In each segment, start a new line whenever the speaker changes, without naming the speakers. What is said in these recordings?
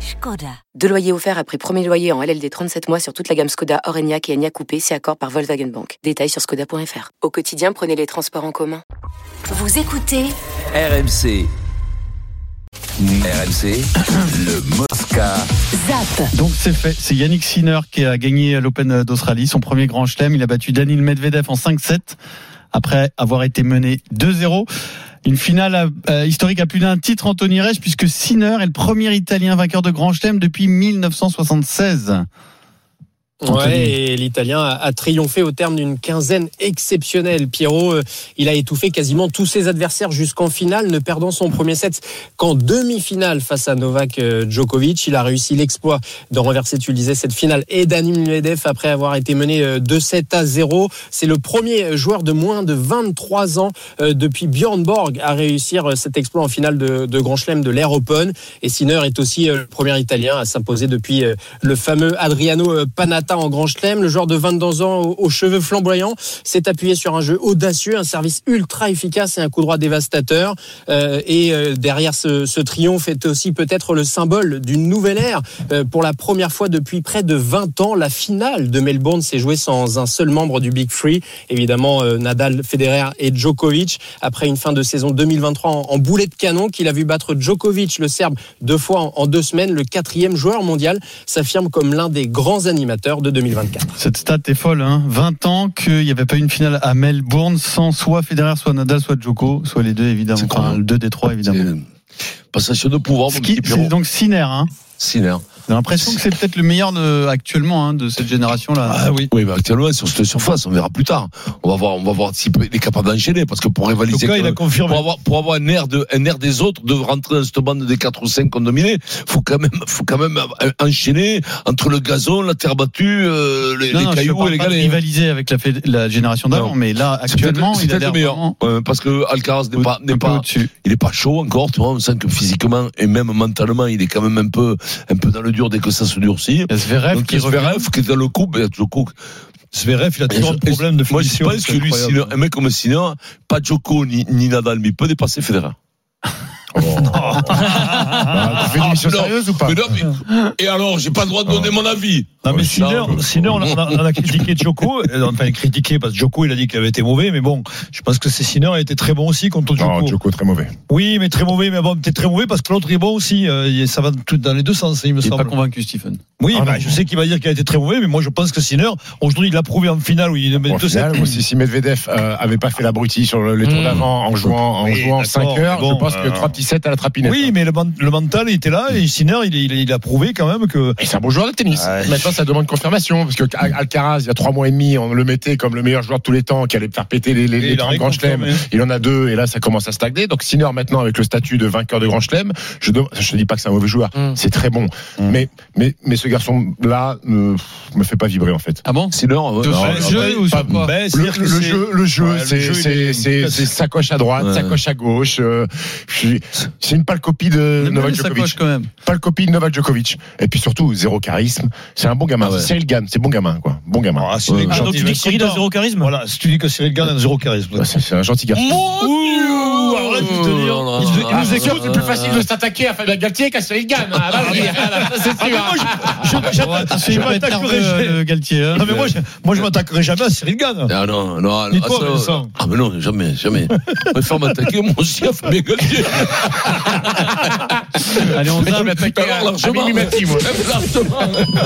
Skoda. Deux loyers offerts après premier loyer en LLD 37 mois sur toute la gamme Skoda, Orenia et Enya Coupé, c'est accord par Volkswagen Bank. Détails sur skoda.fr. Au quotidien, prenez les transports en commun.
Vous écoutez
RMC. RMC, le Mosca.
Zap.
Donc c'est fait, c'est Yannick Sinner qui a gagné l'Open d'Australie, son premier grand chelem. Il a battu Daniil Medvedev en 5-7 après avoir été mené 2-0. Une finale euh, historique à plus d'un titre Anthony Reich puisque Sinner est le premier Italien vainqueur de grand chelem depuis 1976.
Ouais, et l'Italien a, a, triomphé au terme d'une quinzaine exceptionnelle. Pierrot, euh, il a étouffé quasiment tous ses adversaires jusqu'en finale, ne perdant son premier set qu'en demi-finale face à Novak euh, Djokovic. Il a réussi l'exploit de renverser, tu le disais, cette finale et Daniel Medvedev après avoir été mené 2-7 à 0. C'est le premier joueur de moins de 23 ans euh, depuis Björn Borg à réussir euh, cet exploit en finale de, de Grand Chelem de l'Air Open. Et Sinner est aussi euh, le premier Italien à s'imposer depuis euh, le fameux Adriano euh, Panatta en grand chelem. Le joueur de 22 ans aux, aux cheveux flamboyants s'est appuyé sur un jeu audacieux, un service ultra efficace et un coup droit dévastateur. Euh, et euh, derrière ce, ce, triomphe est aussi peut-être le symbole d'une nouvelle ère. Euh, pour la première fois depuis près de 20 ans, la finale de Melbourne s'est jouée sans un seul membre du Big Free. Évidemment, euh, Nadal, Federer et Djokovic. Après une fin de saison 2023 en, en boulet de canon, qu'il a vu battre Djokovic, le Serbe, deux fois en, en deux semaines, le quatrième joueur mondial s'affirme comme l'un des grands animateurs de 2024.
Cette stat est folle, hein 20 ans qu'il n'y avait pas une finale à Melbourne sans soit Federer, soit Nadal, soit Djoko, soit les deux évidemment, enfin, le deux des trois évidemment.
euh, Passation de pouvoir.
Ski, c'est donc Sinner, hein
Sinner.
J'ai l'impression que c'est peut-être le meilleur de, actuellement hein, de cette génération-là.
Ah oui. Oui, mais actuellement sur cette surface, on verra plus tard. On va voir, on va voir s'il est capable d'enchaîner parce que pour rivaliser,
cas, il a confirmé.
pour avoir, pour avoir un air de, un air des autres, de rentrer dans cette bande des 4 ou 5 condominés, faut quand même, faut quand même euh, enchaîner entre le gazon, la terre battue, euh, les,
non,
les
non,
cailloux
je
et les
pas
galets. hein.
rivaliser avec la, féd- la génération d'avant,
Non.
mais là
C'est peut-être-
actuellement,
c'est
il a
peut-être
l'air
le meilleur
vraiment-
Euh, parce que Alcaraz n'est pas, n'est
Un peu
pas,
au-dessus.
il est pas chaud encore, tu vois, on sent que physiquement et même mentalement, il est quand même un peu, un peu dans le dur dès que ça se durcit.
Il y a Zverev
Donc,
qui revient.
Zverev qui est dans le coup, ben, le coup.
Zverev, il a toujours un problème de
Moi, je
finition.
pense que
c'est
lui,
incroyable.
Sinner- un mec comme Sinner, pas Djoko ni, ni Nadal, mais il peut dépasser Federer.
Oh. Bah,
Ah, tu fais une
Ah,
émission
mais non.
sérieuse ou pas Ah.
Mais non, mais- et alors, j'ai pas le droit de donner mon avis.
Non, mais
Ouais,
Sinner,
non.
Sinner, on, a- on a- on a critiqué Djoko. Euh, Enfin, critiqué parce que Djoko, il a dit qu'il avait été mauvais. Mais bon, je pense que c'est Sinner a été très bon aussi contre Djoko.
Non, Djoko, très mauvais.
Oui, mais très mauvais. Mais bon, t'es très mauvais parce que l'autre est bon aussi. Euh, il- ça va tout dans les deux sens, il me
Il n'est pas
semble.
convaincu, Stephen.
oui,
Ah,
bah,
non.
je sais qu'il va dire qu'il a été très mauvais. Mais moi, je pense que Sinner, aujourd'hui, il l'a prouvé en finale où il met
Bon, au
deux
final,
sets.
moi, si, si Medvedev euh, avait pas fait l'abruti sur le, les tours d'avant en jouant, en
Hmm. Oui,
jouant
d'accord,
5 heures,
mais bon,
je pense que
euh,
3 petits sets à la trapinette.
Oui, mais le, man- le mental il était là et Sinner, il, il- il a prouvé quand même que.
Et c'est un bon joueur de tennis.
Ouais.
Maintenant, ça demande confirmation, parce que Al- Alcaraz, il y a trois mois et demi, on le mettait comme le meilleur joueur de tous les temps, qui allait faire péter les, les,
Et
les
il a
30 grands chelems.
réconfirmé.
Il en a deux, et là, ça commence à stagner. Donc, Sinner, maintenant, avec le statut de vainqueur de grand chelem, je ne je dis pas que c'est un mauvais joueur,
Mm.
c'est très bon.
Mm.
Mais, mais, mais ce garçon-là ne me fait pas vibrer, en fait.
Ah bon
Sinner, ouais,
De
euh, non,
faire
non,
le jeu
non.
ou
Pas-
sur quoi
Ben,
Le,
c'est-à-dire que
le
c'est-
jeu, le jeu,
Ouais, le
c'est
jeu, il
c'est-
est-
c'est- c'est sacoche à droite,
Ouais.
sacoche à gauche. euh, je suis- c'est une pâle copie de
Même
Novak
les sacoches,
Djokovic.
quand même.
Pâle copie de Novak Djokovic. Et puis surtout, zéro charisme. C'est un bon gamin.
Ah ouais.
C'est Cyril Gann, c'est bon gamin, quoi. Bon gamin.
Ah, Cyril
Ouais.
Gann,
Ah,
il va être content.
charisme
Voilà, si tu dis que Cyril Gann a un zéro charisme.
Ouais, c'est c'est un gentil garçon. Ah,
Ouh, alors là, je peux te
Oh
dire,
là
il- il
là
nous
là
écoute,
là
c'est
là
plus
là
facile
là.
s'attaquer à Fabien Galtier qu'à Cyril Gann.
hein. bah,
Ah, mais moi, je- je- je-
Attention,
je
il va être nerveux,
m'attaquerai jamais-
euh, le Galtier. hein.
Non, mais moi, je- moi, je m'attaquerai jamais à Cyril Gann.
Ah non, non, ah,
Dis-toi,
ça,
Vincent.
ah mais non, jamais, jamais. Je préfère m'attaquer moi aussi à Fabien Galtier.
Allez, on zappe.
Alors largement. Largement.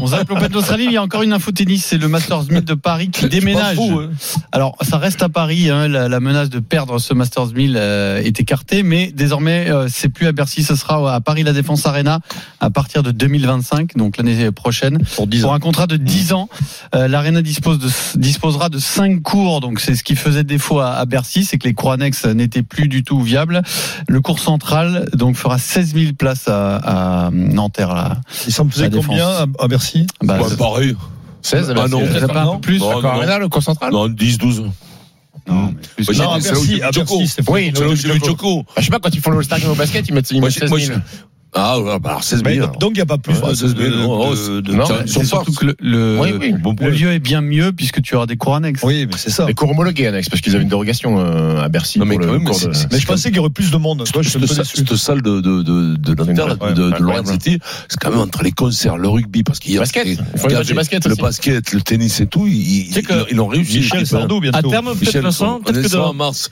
On zappe l'Open d'Australie, il y a encore une info tennis, c'est le Masters 1000 de Paris qui déménage.
fou, hein.
Alors, ça reste à Paris, hein, la, la menace de perdre ce Masters 1000 euh, est écartée, mais désormais, euh, c'est plus à Bercy, ce sera à Paris La Défense Arena à partir de 2025, donc l'année prochaine.
Pour 10
Pour un contrat de 10 ans, euh, l'Arena dispose de, disposera de 5 cours. Donc c'est ce qui faisait défaut à, à Bercy, c'est que les cours annexes euh, n'étaient plus du tout viables. Le cours central donc fera 16 000 places à, à Nanterre. Là.
Il s'en faisait
La défense.
combien à, à Bercy
Bah,
Ouais, pareil.
16,
Ah non.
ça- ça
non.
part un peu plus.
Bon,
Encore
non.
Arena, le cours central
Non, 10, 12.
Non,
Moi, j'ai
non, à
vu ça
Bercy,
où-
à
Djoko.
Bercy, c'est
Oui,
fou.
là où
J'ai vu
Djoko.
Djoko.
Ah, je sais pas, quand ils font le All-Star Game au basket, ils mettent, ils
Moi,
mettent
j'ai-
16
moi,
000.
Ah, ouais, bah, alors 16
Mais
000.
donc, donc, il n'y a pas plus
Ouais,
de-
c'est-
de-
non,
de- de-
non,
de-
mais
de-
Sur
de-
force.
Surtout que le, le-
euh,
Oui, oui.
bon,
Le lieu est bien mieux puisque tu auras des cours annexes.
Oui, mais c'est ça.
Les cours homologués, Annex, parce qu'ils avaient une dérogation euh, à Bercy.
Non, mais
pour
quand
le
même,
cours
c'est-
de-
c'est-
Mais je pensais qu'il y aurait plus de monde. Tu vois, je suis un
cette,
peu
sa-
déçu.
cette salle de, de, de, de l'Inter,
C'est
de,
une
de
vraie-
Lorient City, c'est quand même entre les concerts, le rugby, parce qu'il y a
Basket.
il y
Ils font une
avait
match de basket
le
aussi.
basket, le tennis et tout, ils,
Tu sais que-
ils- ils ont réussi.
Michel
l'équipe, hein.
Sardou,
à
bientôt.
terme, peut-être
Michel,
Vincent,
on
peut-être que
est en
dans,
mars.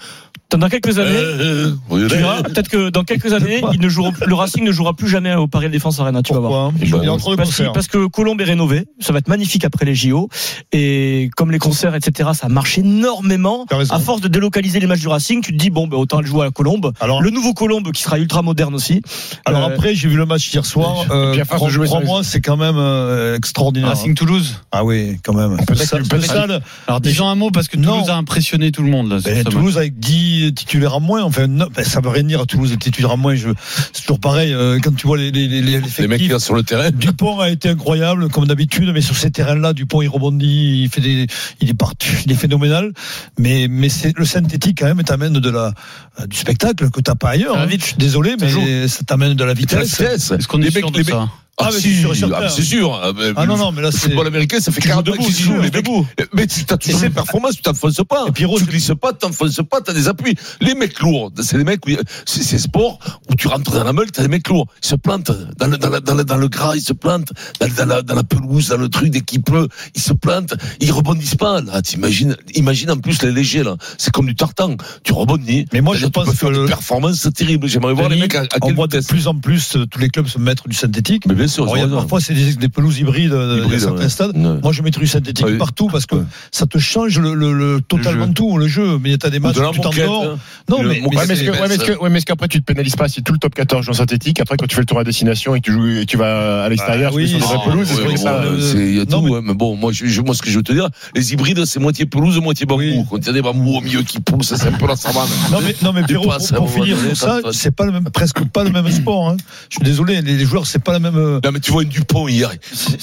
dans- dans quelques années,
Euh, oui,
tu
oui.
verras, peut-être que dans quelques années,
Pourquoi
ils ne joueront- le Racing ne jouera plus jamais au Paris Défense Arena. Tu vas voir.
Pourquoi hein
Bah,
Il est en train de
Parce,
concert.
parce que Colombe est rénové, ça va être magnifique après les JO. Et comme les concerts, etc., ça marche énormément.
T'as raison.
À force de délocaliser les matchs du Racing, tu te dis, bon, ben, autant le jouer à la Colombe.
Ah, Alors-
le nouveau Colombe qui sera ultra moderne aussi.
Alors
Euh,
après, j'ai vu le match hier soir. Euh,
puis à force de jouer sur les-
Crois-moi, c'est quand même euh, extraordinaire.
Racing Toulouse.
Ah oui, quand même.
Peut-être
Ça-
que-
cette
peut-être
salle,
Alors disons un mot parce que
Non.
Toulouse a impressionné tout le monde là. sur
ben,
ce match.
Toulouse avec 10 titulaires en moins, enfin, non, ben, ça veut rien dire à Toulouse, les titulaires en moins. Je, c'est toujours pareil, euh, quand tu vois les, les, les, les
les mecs qui
effectifs.
sont sur le terrain.
Dupont a été incroyable, comme d'habitude, mais sur ces terrains-là, Dupont, il rebondit, il fait des, il est partout, il est phénoménal. Mais, mais c'est, le synthétique, quand même, t'amène de la, euh, du spectacle que t'as pas ailleurs.
Ah,
hein.
vite.
Je suis désolé, mais
Toujours.
ça t'amène de la vitesse.
Est-ce qu'on est sûr de ça
Ah,
Ah,
mais
si,
c'est sûr et certain.
ah, mais c'est sûr. Ah, mais-
Ah non, non, mais là,
Le
c'est.
football américain, ça fait
Tu joues
40 ans
debout,
qu'ils y
tu
jouent,
joues
les mecs.
debout.
Mais tu as toujours des performances, tu t'enfonces pas.
Et puis, Rose-
tu glisses pas, tu t'enfonces pas, t'as des appuis. Les mecs lourds, c'est des mecs, où- c'est c'est sport où tu rentres dans la meule, t'as des mecs lourds. Ils se plantent dans le, dans la- dans la- dans le gras, ils se plantent dans, dans la, dans la pelouse, dans le truc, dès qu'il pleut, ils se plantent, ils rebondissent pas. Là, t'imagines, imagine en plus les légers, là. C'est comme du tartan. Tu rebondis.
Mais moi, je
C'est-à-dire, tu
pense
peux faire
que
des
le-
performances terribles. J'aimerais voir les
Denis,
mecs à, à
on
quelle
voit de
vitesse.
plus en plus euh, tous les clubs se mettre du synthétique.
Mais bien sûr,
Alors, il y
ils
a
ont raison.
parfois, c'est des, des pelouses hybrides euh,
Hybrides,
à certains
ouais.
stades.
Ouais.
Moi, je mettrais du synthétique
Ah oui.
partout parce que
Ouais.
ça te change le, le- le- totalement
jeu.
tout, le jeu. Mais t'as des matchs
de la
où tu
moquette,
t'endors.
hein.
Non,
Le
mais,
moquette,
Ouais, mais
mais
est-ce
c'est-
que- ouais, mais est-ce que- ouais, mais est-ce qu'après tu te pénalises pas si tout le top 14 joue en synthétique Après, quand tu fais le tour à destination et que tu, joues, et tu vas à l'extérieur,
Ah
tu joues
oui,
sur des
c'est
vraies
vrai.
pelouses,
Ouais,
c'est vrai
ouais,
que ça-
ouais.
c'est- il y a
euh, Non,
tout,
mais-
hein, mais bon, moi, je, je- moi, ce que je veux te dire, les hybrides, c'est moitié pelouse, moitié bambou.
Oui.
Quand il y a des bambous au milieu qui poussent, c'est un peu la savane.
Non mais, non mais
Tu
Pierrot, pour,
passes à un
pour
moment
finir
donné,
sur ça,
t'as-
c'est pas le même, presque pas le même sport. hein. Je suis désolé, les, les joueurs c'est pas la même. euh,
Non, mais tu vois une Dupont hier,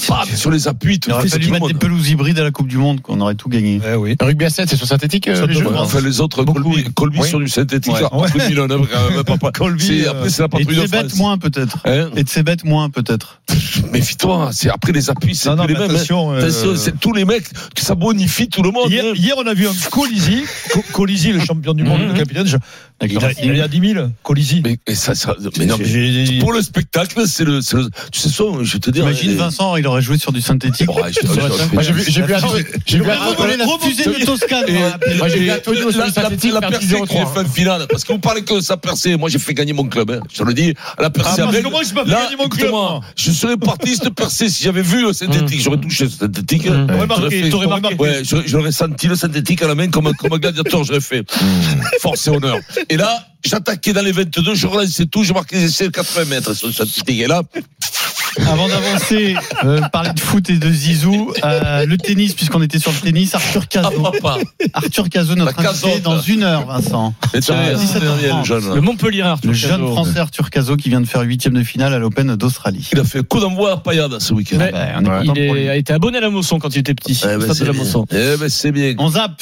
bam, sur les appuis, tout
Il aurait
fait, c'est
fallu
tout le
mettre des
monde.
pelouses hybrides à la Coupe du Monde, qu'on aurait tout gagné.
Eh oui.
Le Rugby à 7, c'est sur synthétique euh,
Ça
les jeux
devrait.
Non.
Enfin, les autres, Colby, Colby
Oui.
sur du synthétique,
hein. Ouais.
là, entre
Ouais.
mille en œuvre, quand même, papa.
Colby,
C'est-
euh,
après, c'est la
Et
patrouille
de
de
ses bêtes
France.
moins peut-être.
Hein
Et de ses bêtes moins peut-être.
Méfie-toi, hein, c'est après les appuis, c'est
Non, non,
tous les
mais
mêmes. hein.
attention, euh,
Attention, c'est tous les mecs, ça bonifie tout le monde.
Hier,
hein.
hier, on a vu un Colisi, Co- Colisi, le champion du monde,
Mhm.
le capitaine. je-
Avec
Il
le
a,
Racing.
il est à 10 000, Colisi.
Mais, mais ça, ça, mais non, mais-
J'ai- j'ai-
pour le spectacle, c'est le, c'est le- tu sais, ça, je vais te dire.
Imagine
hein,
Vincent, il aurait joué sur du synthétique.
Ouais, je- je- je-
Moi, J'ai vu- j'ai vu
Attends,
Anto- j'ai vu Anto-
Revoler la fusée de Toscane.
Et- euh,
voilà.
Moi, j'ai
Et
vu Antonio sur
la,
le
la,
synthétique
la
faire
percée
10-0-3,
qui est
hein.
fin de finale. Parce que vous parlez que ça percée. Moi, j'ai fait gagner mon club. hein. Je te le dis. à La percée
Ah, parce
avec.
que moi, j'ai pas fait
Là,
gagner mon club,
écoute-moi,
moi.
Je serais parti cette percée si j'avais vu le synthétique. J'aurais touché le synthétique. hein. J'aurais
marqué,
fait-
t'aurais marqué.
Ouais, j'aurais- j'aurais senti le synthétique à la main comme, comme un gladiateur. J'aurais fait.
Hum.
Force et honneur. Et là, j'attaquais dans les 22. Je relançais tout. Je marquais les essais de 80 mètres sur le synthétique. Et là,
Avant d'avancer, euh, parler de foot et de Zizou, euh, le tennis, puisqu'on était sur le tennis, Arthur
ah,
Cazot.
papa.
Arthur Cazot, notre
La
invité,
cazotte.
dans une heure, Vincent.
Et tu vois,
17 heures
le jeune,
Le
là.
Montpellier, Arthur
Le jeune
Cazot.
français Arthur Cazot qui vient de faire huitième de finale à l'Open d'Australie.
Il a fait coup d'envoi à Payade ce week-end.
Ouais.
Ben, on est content
Il
pour lui.
est- a été abonné à la Mosson quand il était petit.
Eh ben,
Stade
c'est
de la
bien.
Mosson.
Eh ben, c'est bien.
On zappe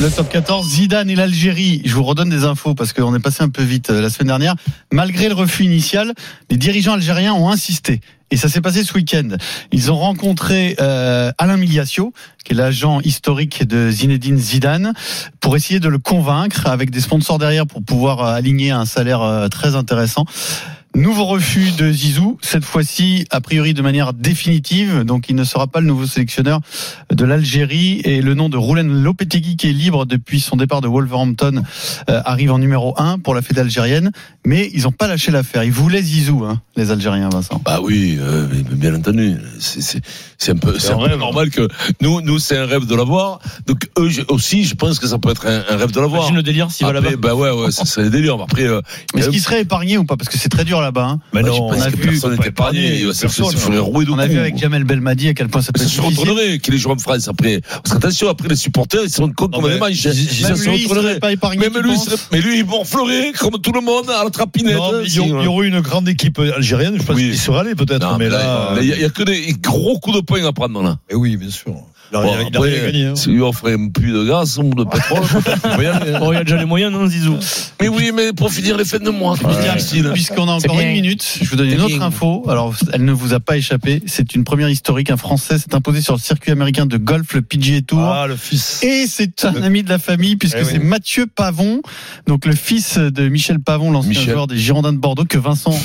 le top 14, Zidane et l'Algérie. Je vous redonne des infos parce qu'on est passé un peu vite euh, la semaine dernière. Malgré le refus initial, les dirigeants algériens ont insisté. Et ça s'est passé ce week-end. Ils ont rencontré euh, Alain Miliasio, qui est l'agent historique de Zinedine Zidane, pour essayer de le convaincre avec des sponsors derrière pour pouvoir euh, aligner un salaire euh, très intéressant. Nouveau refus de Zizou, cette fois-ci a priori de manière définitive, donc il ne sera pas le nouveau sélectionneur de l'Algérie et le nom de Roulen Lopetegui qui est libre depuis son départ de Wolverhampton euh, arrive en numéro 1 pour la fête algérienne, mais ils n'ont pas lâché l'affaire, ils voulaient Zizou, hein, les Algériens Vincent.
Bah oui, euh, mais- mais bien entendu. C'est- C'est c'est un peu, c'est un peu normal que nous, nous c'est un rêve de l'avoir. Donc eux je- aussi, je pense que ça peut être un, un rêve de l'avoir.
Imagine le délire
Ah,
s'il va
Après,
là-bas.
bah ouais, ouais, ça serait délire. Mais Après, euh,
Mais
il y
est-ce
a-
qu'ils seraient épargnés ou pas Parce que c'est très dur là-bas. hein.
Mais
bah,
non,
je
on
pense
a
que
vu.
personne n'était épargné. Il se
personne.
ferait rouer de
On a vu
coups.
avec Jamel Belmadi à quel point ça peut
Ça
être
se
difficile.
retournerait qu'il les joue en France après. Parce qu'attention, après les supporters, ils sont cons
Non,
comme
mais
les manches.
Zi-
hein.
Zi-
Ça
Même
se
lui, il serait
retournerait.
pas épargné.
Même
tu
lui, il
penses
serait- mais lui, il morflerait comme tout le monde à la trapinette.
Non, mais il y
Si,
aura- il y aurait une grande équipe algérienne, je pense
Oui.
qu'ils seraient allés peut-être.
Non,
mais, là,
il n'y a, il y a que des gros coups de poing à prendre là.
Eh oui, bien sûr. Alors,
Bon,
il a- il a
après,
rien gagné, hein.
Si lui offrait un puits de gaz ou de pétrole, on peut y aller, hein.
Bon, il y a déjà les moyens, non, Zizou
Mais oui, mais pour finir les fêtes de mois, c'est plus difficile.
Puisqu'on a
C'est
encore
bien.
une minute, je vous donne
C'est
une autre
bien.
info. Alors, elle ne vous a pas échappé. C'est une première historique. Un Français s'est imposé sur le circuit américain de golf, le PGA Tour.
Ah, le fils.
Et c'est un ami de la famille puisque
Eh oui.
c'est Mathieu Pavon, donc le fils de Michel Pavon, l'ancien
Michel.
joueur des Girondins de Bordeaux que Vincent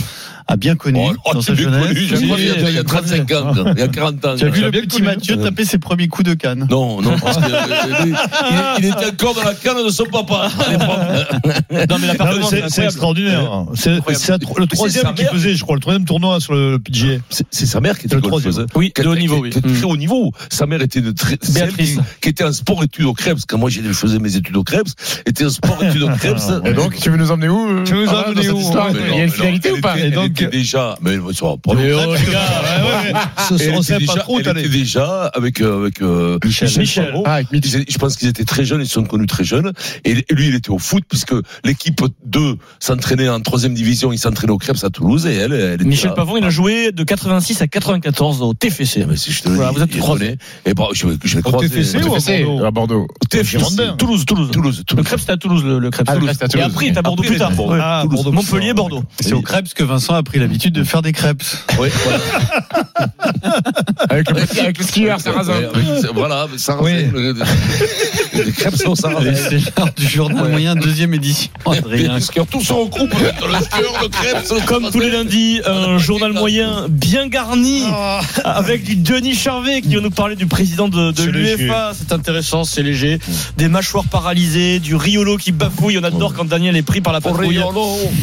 a bien connu
Oh, oh,
dans
tu
sa
l'as
jeunesse.
connu, j'ai
Oui,
connu il y a- il y a
j'ai connu.
35 ans, il y a 40 ans.
Tu as vu
Je
le
l'ai bien
petit
connu. Euh.
Mathieu taper ses premiers coups de canne.
Non, non, parce que euh, lui, il, il était encore dans la canne de son papa. à l'époque.
Non,
Non,
mais la
mais
performance,
c'est- c'est extraordinaire. C'est c'est la tro- le
C'est sa
troisième qui
mère.
faisait, je crois, le troisième tournoi sur le PGA.
C'est- C'est sa mère qui était
Le
golfeuse.
troisième.
hein.
Oui,
Qui
de haut
était-
niveau,
qui
oui.
était très haut niveau. Sa mère était de très, celle
Béatrice.
qui, qui était en sport études au Krebs. Quand moi j'ai- je faisais mes études au Krebs, était en sport études au Krebs.
Et donc, tu veux nous emmener où euh,
Tu veux nous
Arnaud, dans
emmener
cette
où
histoire
Ouais,
Il y a
non,
une
mais
finalité
non,
ou pas
elle
Et
était-
donc-
Elle était déjà, mais sur la première-
Mais oh, les gars, ouais, ouais.
Elle
On
était
savait pas
déjà-
trop où
elle était
t'allais.
déjà avec euh, avec euh,
Michel.
Michel.
Favreau.
Ah, avec Mitch.
Ils étaient- Je pense qu'ils étaient très jeunes, ils se sont connus très jeunes. Et lui, il était au foot puisque l'équipe 2 s'entraînait en troisième division. Il s'entraînait au Krebs à Toulouse et elle, elle était
Michel
là.
Pavon, il a joué de 86 à 94 au TFC.
Eh ben, si je te le
Voilà,
dis,
vous êtes
il est
trois.
donné. Et bon, je vais, je vais
Au
croiser-
TFC
Tout
ou
à fait,
Bordeaux
à Bordeaux.
TFC.
Girondins.
Toulouse, Toulouse.
Toulouse,
Le
Toulouse.
Crêpes, c'était à Toulouse, le, le Crêpes.
Ah, le Crêpes, c'était à
Et
Toulouse.
après, il était à Bordeaux
Après,
plus
il
tard.
était à Bordeaux.
Ouais.
Ah,
Toulouse.
Bordeaux.
Montpellier, Bordeaux.
C'est au crêpes que Vincent a pris l'habitude de faire des crêpes.
Ouais, voilà.
Avec le petit- avec le skieur, Sarrazin.
Ouais, avec- voilà, mais Sarrazin.
Oui.
le- le- Les crêpes sont
Et
Sarrazin.
C'est l'heure du journal moyen, deuxième édition.
Les
Adrien.
skieurs, tous se regroupent. Le skieur, le crêpe, le
Comme tous les lundis, un journal moyen bien garni
Ah.
avec Denis Charvet qui va nous parler du président de, de
C'est léger.
l'UEFA. C'est intéressant, c'est léger. Des mâchoires paralysées, du Riolo qui bafouille. On
Oh.
adore quand Daniel est pris par la patrouille.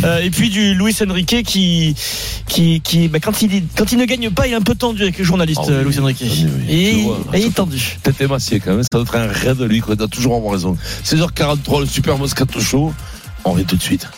Euh, et puis du Luis Enrique qui, qui, qui bah, quand, il, quand il ne gagne pas, il est un peu tendu avec les journalistes,
Ah oui,
euh, Luis Enrique.
oui, oui, je
Et,
vois.
et il est tendu.
Peut-être émacié quand même, ça doit être un rêve de lui, quoi. T'as toujours avoir raison. 16h43, le Super Moscato Show. On revient tout de suite.